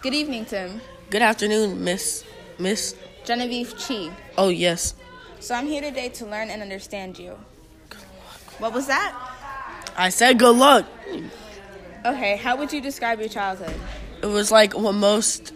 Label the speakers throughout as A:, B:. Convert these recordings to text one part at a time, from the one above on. A: Good evening, Tim.
B: Good afternoon, Miss. Miss.
A: Genevieve Chi.
B: Oh, yes.
A: So I'm here today to learn and understand you. What was that?
B: I said good luck.
A: Okay, how would you describe your childhood?
B: It was like what most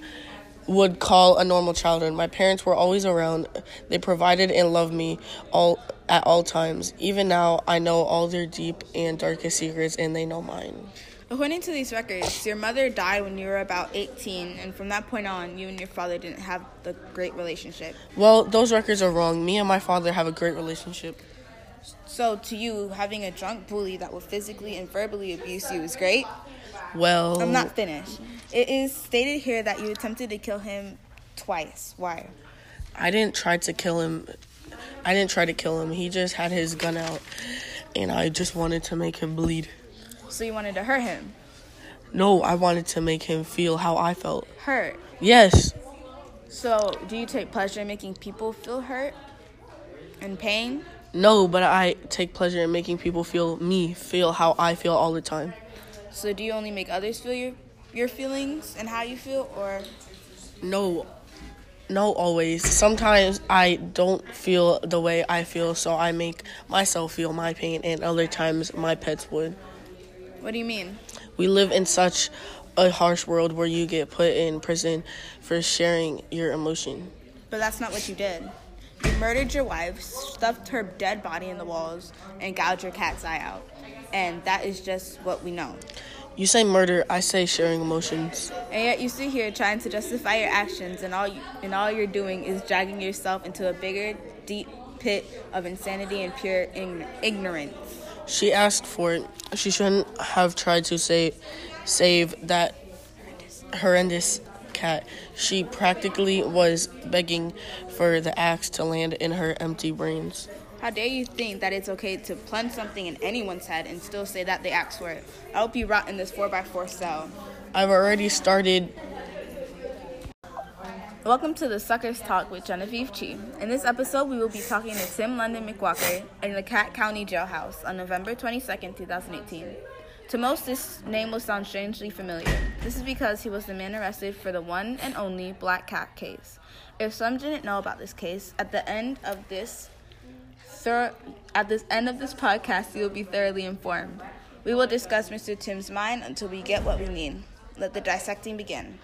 B: would call a normal childhood. My parents were always around. They provided and loved me all at all times. Even now, I know all their deep and darkest secrets, and they know mine.
A: According to these records, your mother died when you were about 18, and from that point on, you and your father didn't have the great relationship.
B: Well, those records are wrong. Me and my father have a great relationship.
A: So, to you, having a drunk bully that would physically and verbally abuse you is great.
B: Well,
A: I'm not finished. It is stated here that you attempted to kill him twice. Why?
B: I didn't try to kill him. I didn't try to kill him. He just had his gun out, and I just wanted to make him bleed.
A: So, you wanted to hurt him.
B: No, I wanted to make him feel how I felt.
A: Hurt.
B: Yes,
A: So, do you take pleasure in making people feel hurt and pain?
B: no, but I take pleasure in making people feel me, feel how I feel all the time.
A: So, do you only make others feel your your feelings and how you feel, or
B: No, no, always. Sometimes I don't feel the way I feel, so I make myself feel my pain, and other times my pets would.
A: what do you mean?
B: We live in such a harsh world where you get put in prison for sharing your emotion.
A: But that's not what you did. You murdered your wife, stuffed her dead body in the walls, and gouged your cat's eye out. And that is just what we know.
B: You say murder, I say sharing emotions.
A: And yet you sit here trying to justify your actions, and all you, and all you're doing is dragging yourself into a bigger, deep pit of insanity and pure ign- ignorance.
B: She asked for it. She shouldn't have tried to save save that horrendous cat. She practically was begging for the axe to land in her empty brains.
A: How dare you think that it's okay to plunge something in anyone's head and still say that they asked for it? I hope you rot in this 4x4 cell.
B: I've already started
A: Welcome to the Suckers Talk with Genevieve Chi. In this episode, we will be talking to Tim London McWalker in the Cat County Jailhouse on November 22nd, 2018. To most, this name will sound strangely familiar. This is because he was the man arrested for the one and only Black Cat case. If some didn't know about this case, at the end of this thor- at this end of this podcast, you will be thoroughly informed. We will discuss Mr. Tim's mind until we get what we need. Let the dissecting begin.